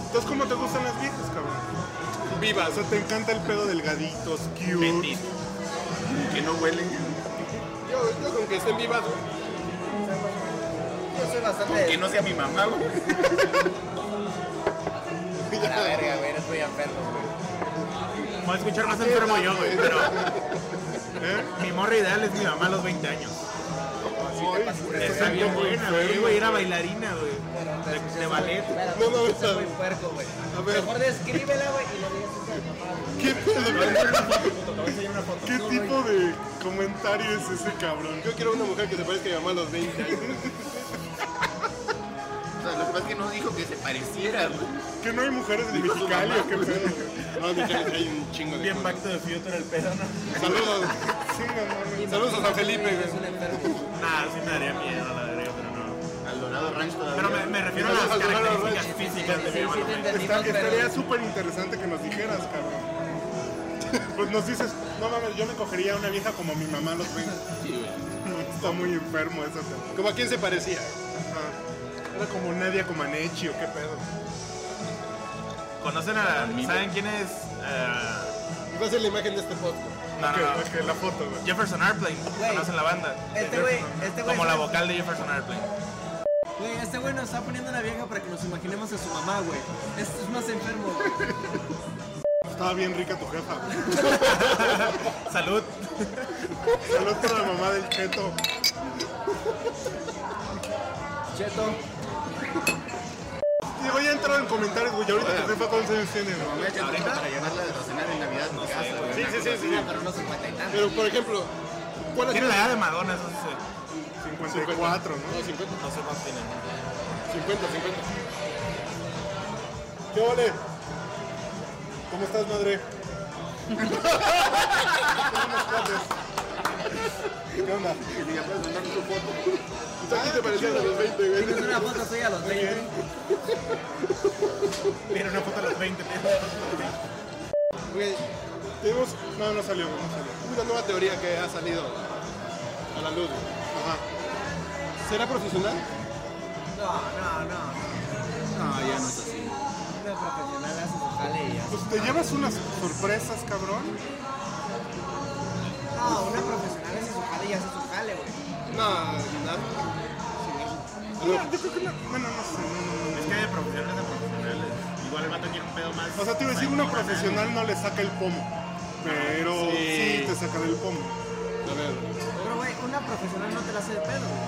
Entonces, ¿cómo te gustan las viejas, cabrón? Vivas, o sea, te encanta el pedo delgaditos, cute, Bendito. que no huelen. Yo, yo con que estén vivas, güey. Yo soy bastante. Que no sea mi mamá, güey. La verga, güey, eres muy enfermo, güey. Voy a escuchar más enfermo yo, güey, pero ¿eh? mi morra ideal es mi mamá a los 20 años. Ay, güey, Está bien buena, güey, güey, era bailarina, güey. De, de ballet. Pero No, no, tú eres no. muy puerco, güey. A ver. Mejor descríbela, güey, y le digas eso a tu mamá, güey. ¿Qué pedo? ¿Qué No, tipo de comentario es ese, cabrón? Yo quiero una mujer que se parezca a mi mamá a los 20 años. O sea, lo que pasa es que no dijo que se pareciera, güey. ¿Que no hay mujeres en Mexicali o qué pedo? No, mi cara, hay un chingo de Bien cosas. pacto de Fiuto era el pedo, ¿no? Saludos. Sí, no mames. Saludos a San Felipe, Es un güey. enfermo. Nah, sí me daría miedo, la verga, pero no. Al Dorado Ranch todavía. Pero me, me refiero a las características físicas de mi Sí, sí, mamá. te Está- entendimos, estaría pero. súper interesante que nos dijeras, cabrón. Pues nos dices, no mames, yo me cogería a una vieja como mi mamá los ven. Está muy enfermo eso. cabrón. ¿Como a quién se parecía? Ajá. Era como Nadia Comaneci o qué pedo. ¿Conocen a... ¿Saben quién es? Eh, Va a ser la imagen de este podcast. no, no, Ok, no. ok, la foto, güey. Jefferson Airplane. Güey, ¿Conocen la banda? Este güey, este güey. Como la vocal de Jefferson Airplane. Güey, este güey nos está poniendo una vieja para que nos imaginemos a su mamá, güey. Esto es más enfermo. Estaba bien rica tu jefa. güey. Salud. Saludos para la mamá del cheto. Cheto. Y voy a entrar en comentarios, güey. Ahorita tu jefa cuántos años tiene, güey? Una chatarra para llevarla a cenar en Navidad en mi casa, güey. Sí, sí, sí, sí. Pero no 50 y tantos. Pero, por ejemplo, ¿cuál es Tiene la edad de Madonna, eso sí sé. 54, ¿no? No, 50, No sé cuánto tiene. ¿no? 50, 50. ¿Qué ole? ¿Cómo estás, madre? Buenas tardes. ¿Qué onda? Pues Y ya puedes mandar tu foto. ¿A quién te parecías a los 20, güey? Tienes una foto tuya a los 20. Tiene una foto a los 20. tío. Güey, Tenemos... No, no salió, güey, no salió. una nueva teoría que ha salido a la luz. güey. Ajá. ¿Será profesional? No, no, no. No, No, ya no es así. Una profesional hace su jale y ya. Pues te llevas unas sorpresas, cabrón. No, una profesional hace su jale y hace su jale, güey. No, nada. No, yo creo que no. Bueno, no sé. no, no, Es que de profesionales a profesionales. Igual el vato quiere un pedo más. no. O sea, te iba a decir, una más profesional no le saca el pomo. Pero sí, te sacará el pomo. A ver. Pero, güey, una profesional no te la hace de pedo, güey.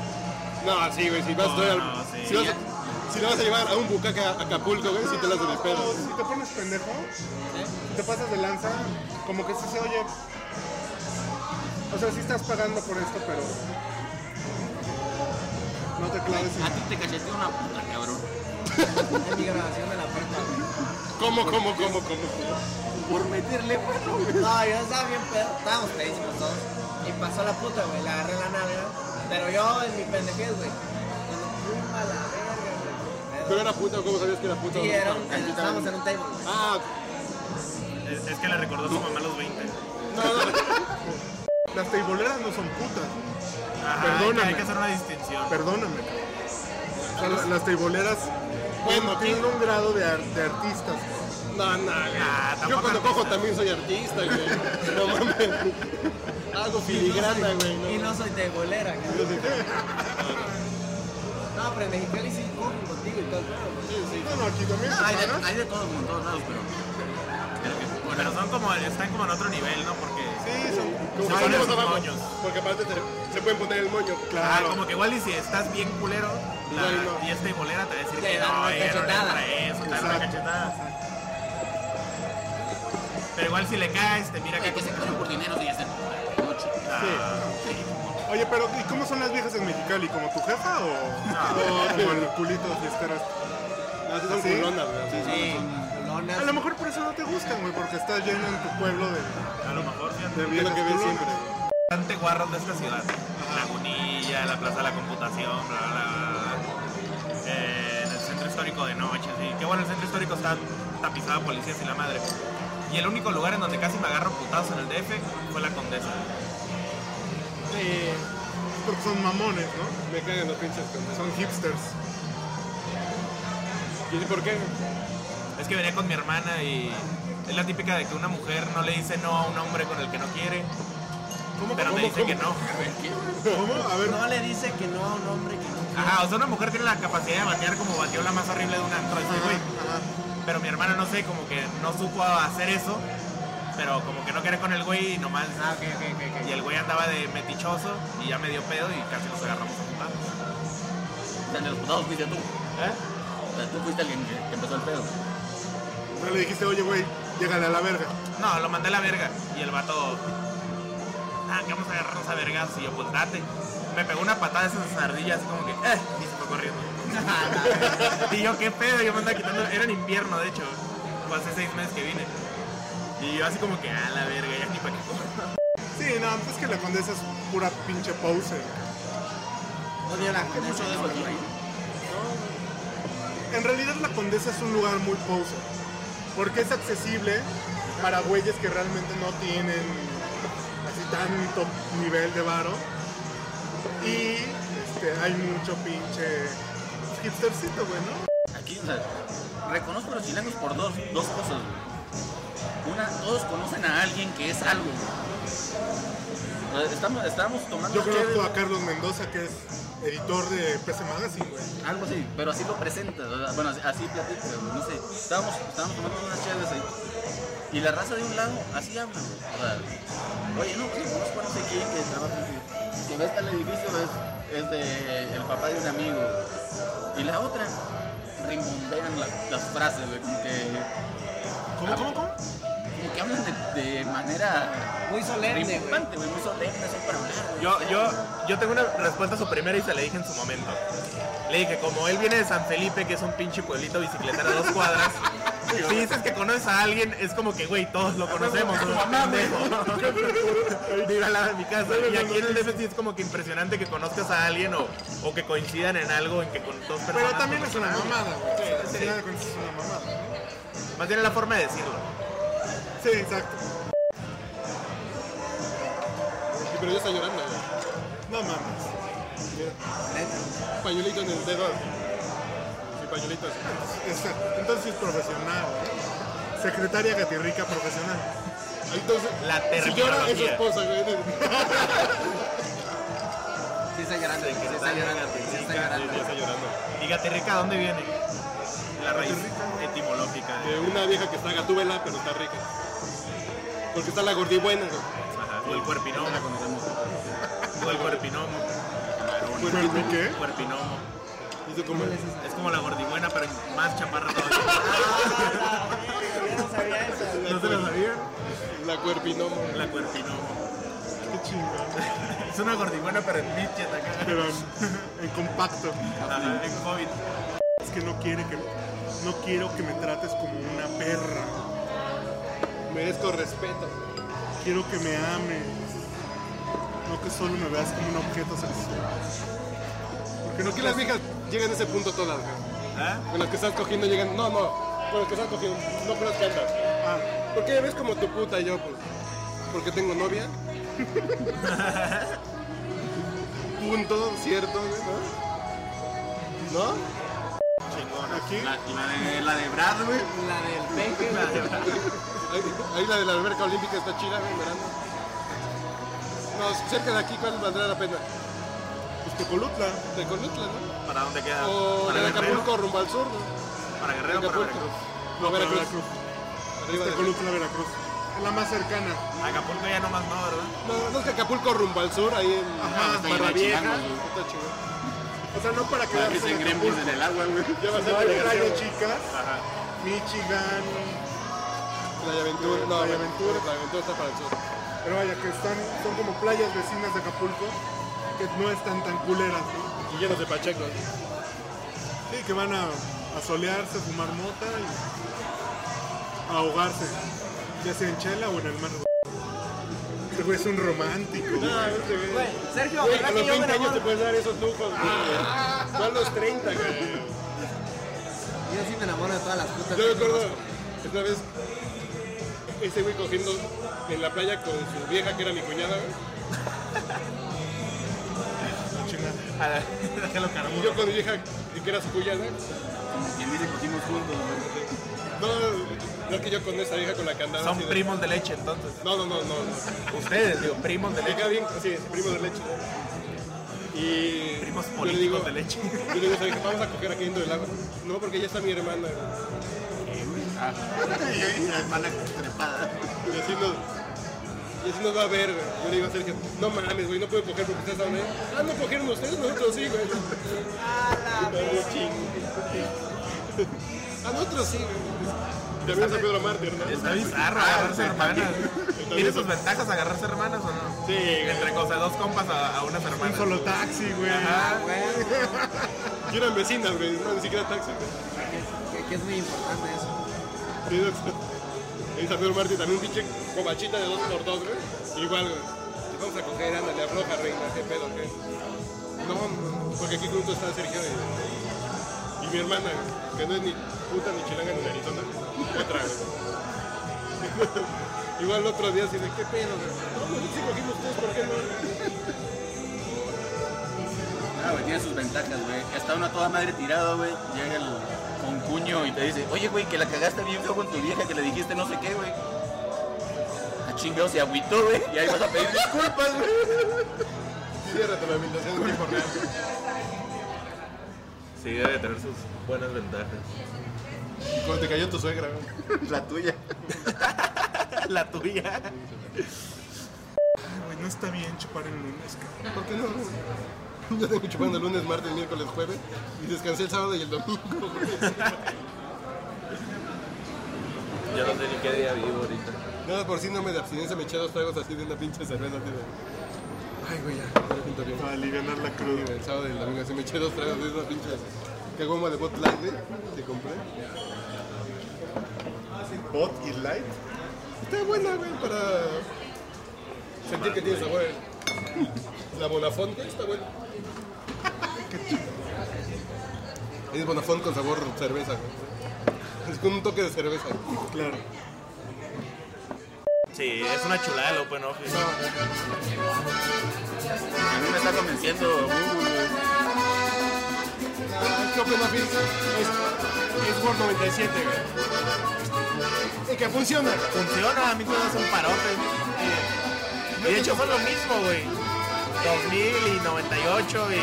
No, sí, güey, si vas No, a traer- no, sí. si vas a- si la vas a llevar a un bucaque a Acapulco, güey, si te la haces de pedo. O ¿Eh? si te pones pendejo, te pasas de lanza, como que sí se oye. O sea, sí estás pagando por esto, pero. No te claves en A ti te cacheteó una puta, cabrón. En mi grabación de la prepa, güey. ¿Cómo, cómo, cómo, cómo? Por meterle mano, güey. No, yo estaba bien pedo. Estábamos pedísimos todos. Y pasó la puta, güey. La agarré la nalga. Pero yo, en mi pendejez, güey. Cuando pumba la verga, güey. ¿Pero era puta o cómo sabías que era puta? Sí, era un, estábamos en un table, güey. Ah, grande. Es, es que le recordó a su mamá a los 20. no, no. Las teiboleras no son putas, Ajá, Perdóname. Hay que hacer una distinción. perdóname. cabrón. O sea, las- las teiboleras Bueno, tienen un grado de, ar- de artistas. No, no, güey. Ah, Yo tampoco cuando artista. cojo también soy artista, güey. No mames. Hago filigrana, güey. Y no. no soy de bolera, cabrón. No, pero en Mexicali sí cogen contigo y todo el pedo, güey. Bueno, aquí también. Hay de, ¿no? hay de todos, por todos lados, pero. pero que- Pero son como, están como en otro nivel, ¿no? Porque Sí, son. Se Como que ponen salimos sus abajo, moños. Porque aparte te- se pueden poner el moño. ah, Claro. como que igual y si estás bien culero, la Igual no. fiesta y bolera te va a decir Te que dan no, una eh, no le cachetada. entra eso, te dan una Exacto. cachetada. Pero igual si le caes, te mira Hay que que se casan por dinero y hacer puta, no, chica. Oye, pero ¿y cómo son las viejas en Mexicali? ¿Como tu jefa o.? o como el culito de fiesteras. No, ¿Ah, sí son ¿Sí? culonas, güey. Sí, sí. A lo mejor por eso no te gustan, güey, porque estás lleno en tu pueblo de, A lo mejor fíjate, de Es viejas lo que ves culonas. siempre. bastante guarros de esta ciudad. Lagunilla, la Plaza de la Computación, bla, bla, bla, bla. Eh, en el centro histórico de noche, sí. Qué bueno, el centro histórico está tapizado de policías y la madre. Y el único lugar en donde casi me agarro putados en el DF fue la Condesa. Porque son mamones, ¿no? Me cagan los pinches con eso. Son hipsters. ¿Y por qué? Es vez que venía con mi hermana y es la típica de que una mujer no le dice no a un hombre con el que no quiere, ¿Cómo, pero cómo, te dice cómo? que no. ¿Cómo? A ver, No le dice que no a un hombre que no. Ajá, o sea, una mujer tiene la capacidad de batear como bateó la más horrible de un antro este güey. Pero mi hermana, no sé, como que no supo hacer eso, pero como que no quería con el güey y nomás... Ah, ok, ok, ok. ok. Y el güey andaba de metichoso y ya me dio pedo y casi nos agarramos a putazos. sea, de los putados pues, fuiste tú. ¿Eh? O sea, tú fuiste alguien que, que empezó el pedo. no le dijiste, oye, güey, llégale a la verga. No, lo mandé a la verga y el vato... Ah, que vamos a agarrarnos a vergas y yo, pues date. Me pegó una patada de esas ardillas así como que... Eh, y se fue corriendo. y yo, qué pedo, yo me andaba quitando... Era en invierno, de hecho. Fue hace seis meses que vine. Y yo así como que, ah, la verga, ya ni para qué corro". Sí, no, pues es que la condesa es pura pinche pose. Odio la condesa. Mucho de eso aquí. En realidad la condesa es un lugar muy pose. Porque es accesible para güeyes que realmente no tienen así tanto nivel de varo. Y este, hay mucho pinche hipstercito, güey, ¿no? Aquí, o sea, reconozco a los chilenos por dos, dos cosas, güey. Una, todos conocen a alguien que es algo, güey. O sea, Estamos, estábamos tomando Yo una conozco chévere, a Carlos Mendoza, que es editor de PC Magazine, güey. algo así, pero así lo presentas, o sea, bueno, así, así platicas, güey, no sé, estábamos, estábamos tomando unas chéveres ahí, y la raza de un lado, así habla, güey. o sea, oye, no, pues yo conozco a no sé quién que trabaja aquí, que ves tal edificio, es, es de el papá de un amigo, y la otra, rimbombean la- las frases, güey, como que... ¿Cómo, cómo, cómo? Como que hablan de, de manera Muy solemne, güey. rimbombante, güey, muy solemne, así para hablar. güey. Yo, yo, yo tengo una respuesta a su primera y se la dije en su momento. Le dije, como él viene de San Felipe, que es un pinche pueblito bicicletero a dos cuadras, si dices que conoces a alguien, es como que, güey, todos lo conocemos. ¿no? Pendejo. Vive al lado de mi casa. Y aquí en el DF sí es como que impresionante que conozcas a alguien o, o que coincidan en algo, en que con dos personas. Pero también es conozcan una a alguien. mamada, güey. O Sí, sea, sí. la condesa es una mamada. Más bien es la forma de decirlo. Sí, exacto. Pero ya está llorando, güey. No mames. Pañuelito en el dedo. Sí, pañuelito así. Exacto. Entonces es profesional, güey. Secretaria gatirrica profesional. Entonces, La si llora es su terminología. esposa, güey. Sí está llorando, sí está llorando, sí está llorando. Ya está llorando. Dígate, Rica, ¿dónde viene? La raíz etimológica. de- De una vieja que está gatúbela, pero está rica. Porque está la gordibuena, güey. Ajá, O el cuerpinomo. O el cuerpinomo. ¿Cuerpi qué? Cuerpinomo. Dice como... Es como la gordibuena, pero más chaparra todavía. Yo no sabía eso, güey. ¿No se lo sabía? La cuerpinomo. La cuerpinomo. Qué chingón. Es una gordibuena, pero en midget acá. Pero en compacto. Ajá, En COVID. Es que no quiere que no quiero que me trates como una perra. Merezco respeto. Quiero que me ames. No que solo me veas como un objeto sexual. Porque no que las viejas llegan a ese punto todas, güey. ¿Ah? Con las que estás cogiendo llegan... No, no. Con las que estás cogiendo. No con las que andas. Ah, ¿Por qué ves como tu puta y yo, pues? Porque tengo novia. Punto, cierto, güey, ¿no? ¿No? aquí La, la de, la de Brad, güey. La del peje, güey. Ahí, ahí la de la alberca olímpica está chida, güey, en verano. No, cerca de aquí, ¿cuál valdrá la pena? pues Tecolutla. De Colutla, ¿no? ¿Para dónde queda? O ¿Para de Guerrero? Acapulco rumbo al sur, ¿no? ¿Para Guerrero o para Acapulco. Veracruz? No, Para Veracruz. Este Veracruz. Arriba de Veracruz. Tecolutla, Veracruz. Es la más cercana. Acapulco ya nomás no, ¿verdad? No, no es que Acapulco rumbo al sur, ahí en Ajá, Barra está lleno de Vieja. chilangos, güey. Está chido. O sea, no para Para que quedarse se en engremen Acapulco. en el agua, güey. Ya va a ser No, hay delegación, playa güey. chicas, Ajá. Michigan, Playa Aventura. No, Playa Aventura. Playa Aventura. Playa Aventura está para el sur. pero vaya que están, son como playas vecinas de Acapulco que no están tan culeras, ¿no? Y llenos de pachecos. Sí, que van a, a solearse, fumar mota y a ahogarse, ya sea en chela o en el mar. Este güey es un romántico. güey. Güey, Sergio, Güey, ¿verdad a que los yo 20 me años te enamoro? puedes dar esos lujos, güey. Yo a los 30, güey. Yo sí me enamoro de todas las putas. Yo que recuerdo conozco. una vez ese güey cogiendo en la playa con su vieja que era mi cuñada, güey. A ver, déjalo Y carburo. yo con mi vieja que era su cuñada. Como quien dice, cogimos juntos, güey. No, no, Creo que yo con esa vieja con la que andaba. Son así de- primos de leche, entonces. No, no, no, no. no. Ustedes, digo, primos de leche. Llega bien, sí, es primo de leche. Y. Primos yo le políticos digo- de leche. Yo le digo, "Oye, vamos a coger aquí dentro del agua. No, porque ya está mi hermana. güey. Y la hermana trepada. Y así nos. Y así nos va a ver, güey. Yo le digo a Sergio, no mames, güey, no puedo coger porque ustedes estaban ahí. Ah, no cogieron ustedes, nosotros sí, güey. A la Pero ching. A nosotros sí, güey. También San Pedro Mártir, ¿no? Está bizarro agarrarse hermanas. ¿Tiene sus ventajas agarrarse hermanas o no? Sí, Entre cosas, dos compas a, a unas Un hermanas. solo taxi, güey. Ajá. Y eran vecinas, güey, no, ni siquiera taxi, güey. Que aquí es muy importante eso. Sí, no, En San Pedro Mártir también un pinche cobachita de 2 por 2 güey. Igual, güey. Te vamos a coger, ándale, afloja, reina, qué pedo, güey. No, porque aquí junto está Sergio y, y mi hermana, güey, que no es ni puta ni chilanga ni narizona. güey. Otra, güey. Igual el otro día así de qué pedo, güey. No, no, si cogimos todos, ¿por qué no? Ah, güey, tiene sus ventajas, güey. Está uno a toda madre tirado, güey. Llega el con cuño y te dice, oye, güey, que la cagaste bien feo con tu vieja, que le dijiste no sé qué, güey. A chingado se agüitó, güey. Y ahí vas a pedir disculpas, güey. Ciérrate la habitación, güey, por nada. Sí, debe de tener sus buenas ventajas. Cuando te cayó tu suegra, güey. La tuya. La tuya. Güey, no está bien chupar el lunes, cabrón. ¿Por qué no? güey? Yo tengo chupando lunes, martes, miércoles, jueves y descansé el sábado y el domingo. güey. Yo no sé ni qué día vivo ahorita. Nada por síndrome de abstinencia me eché dos tragos así de una pinche cerveza así de. Ay, güey, ya, me siento bien. Para aliviar la Sí, cruda. güey, El sábado y el domingo así me eché dos tragos de una pinche cagoma de bot light, güey, que compré. Bot y light. Está buena, güey, para sentir que tiene sabor. La Bonafont, güey, está buena. Es Bonafont con sabor cerveza, güey. Es con un toque de cerveza. güey. Claro. Sí, es una chulada el Open Office. A mí me está convenciendo. uh, ¿Qué opinas, Fitz? Es, es por 97, güey. Y que funciona. Funciona, a mí me hace un parote. Y de hecho son lo mismo, güey. 2000 y 98 y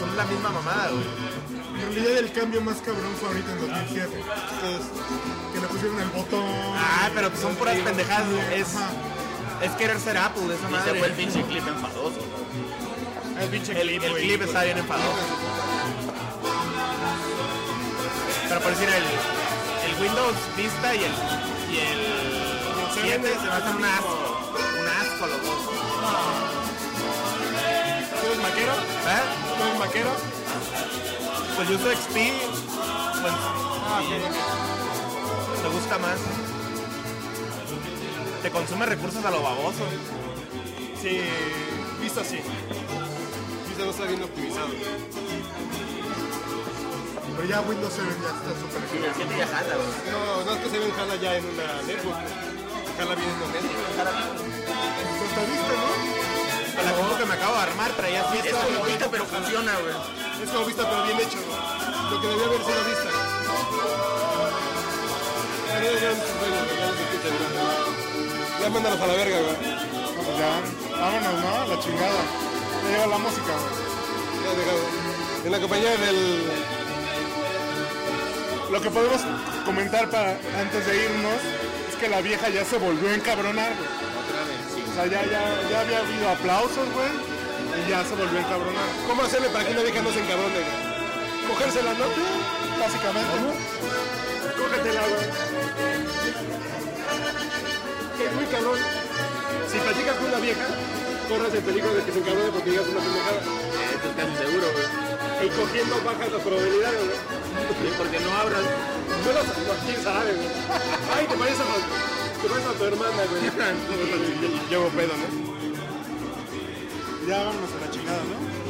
son la misma mamada, güey. En realidad el cambio más cabrón fue ahorita en 2007. que es- que le pusieron el botón. Ah, pero pues son puras pendejadas, güey. es, Ajá. es querer ser Apple, esa Y se fue el madre. pinche clip enfadoso. El pinche El, el clip está bien enfadado. Pero por decir, el, el Windows Vista y el, y el 7 se me hacen un asco. Un asco los dos. ¿Tú eres maquero? ¿Eh? ¿Tú eres maquero? Pues yo uso XP. Pues, Ah, y Te gusta más. Te consume recursos a lo baboso. Sí. Visto así. Vista no está bien optimizado. Pero ya Windows 7 ya está súper Y el genial. 7 ya jala, güey. No, no es que se ve jala ya en una network. Jala bien en una network. Costa Vista, ¿no? Con la compu que me acabo de armar traía así Es como Vita, pero funciona, güey. Es como vista, pero bien hecho. güey. Lo que debió haber sido vista. Ya, ya, ya, bueno, ya los escuché, güey. Ya mándalos a la verga, güey. Pues ya, vámonos, ¿no? A La chingada. Ya lleva la música, güey. Ya dejado. En la compañía del. Lo que podemos comentar para antes de irnos es que la vieja ya se volvió a encabronar, güey. O sea, ya, ya, ya había habido aplausos, güey. Y ya se volvió a encabronar. ¿Cómo hacerle para que una vieja no se encabrone, güey? Cogérsela, ¿no? Básicamente, ¿no? Cógetela, güey. Que es muy cabrón. Si platicas con una vieja, corres el peligro de que se encabrone porque digas una pendejada. Eh, Esto es casi seguro, güey. Y cogiendo bajas las probabilidades, güey. Y porque no abras. Yo las no, quién sabe, güey. Ay, te parece a, te parece a tu hermana, güey. Llevo pedo, ¿no? Ya vámonos a la chingada, ¿no?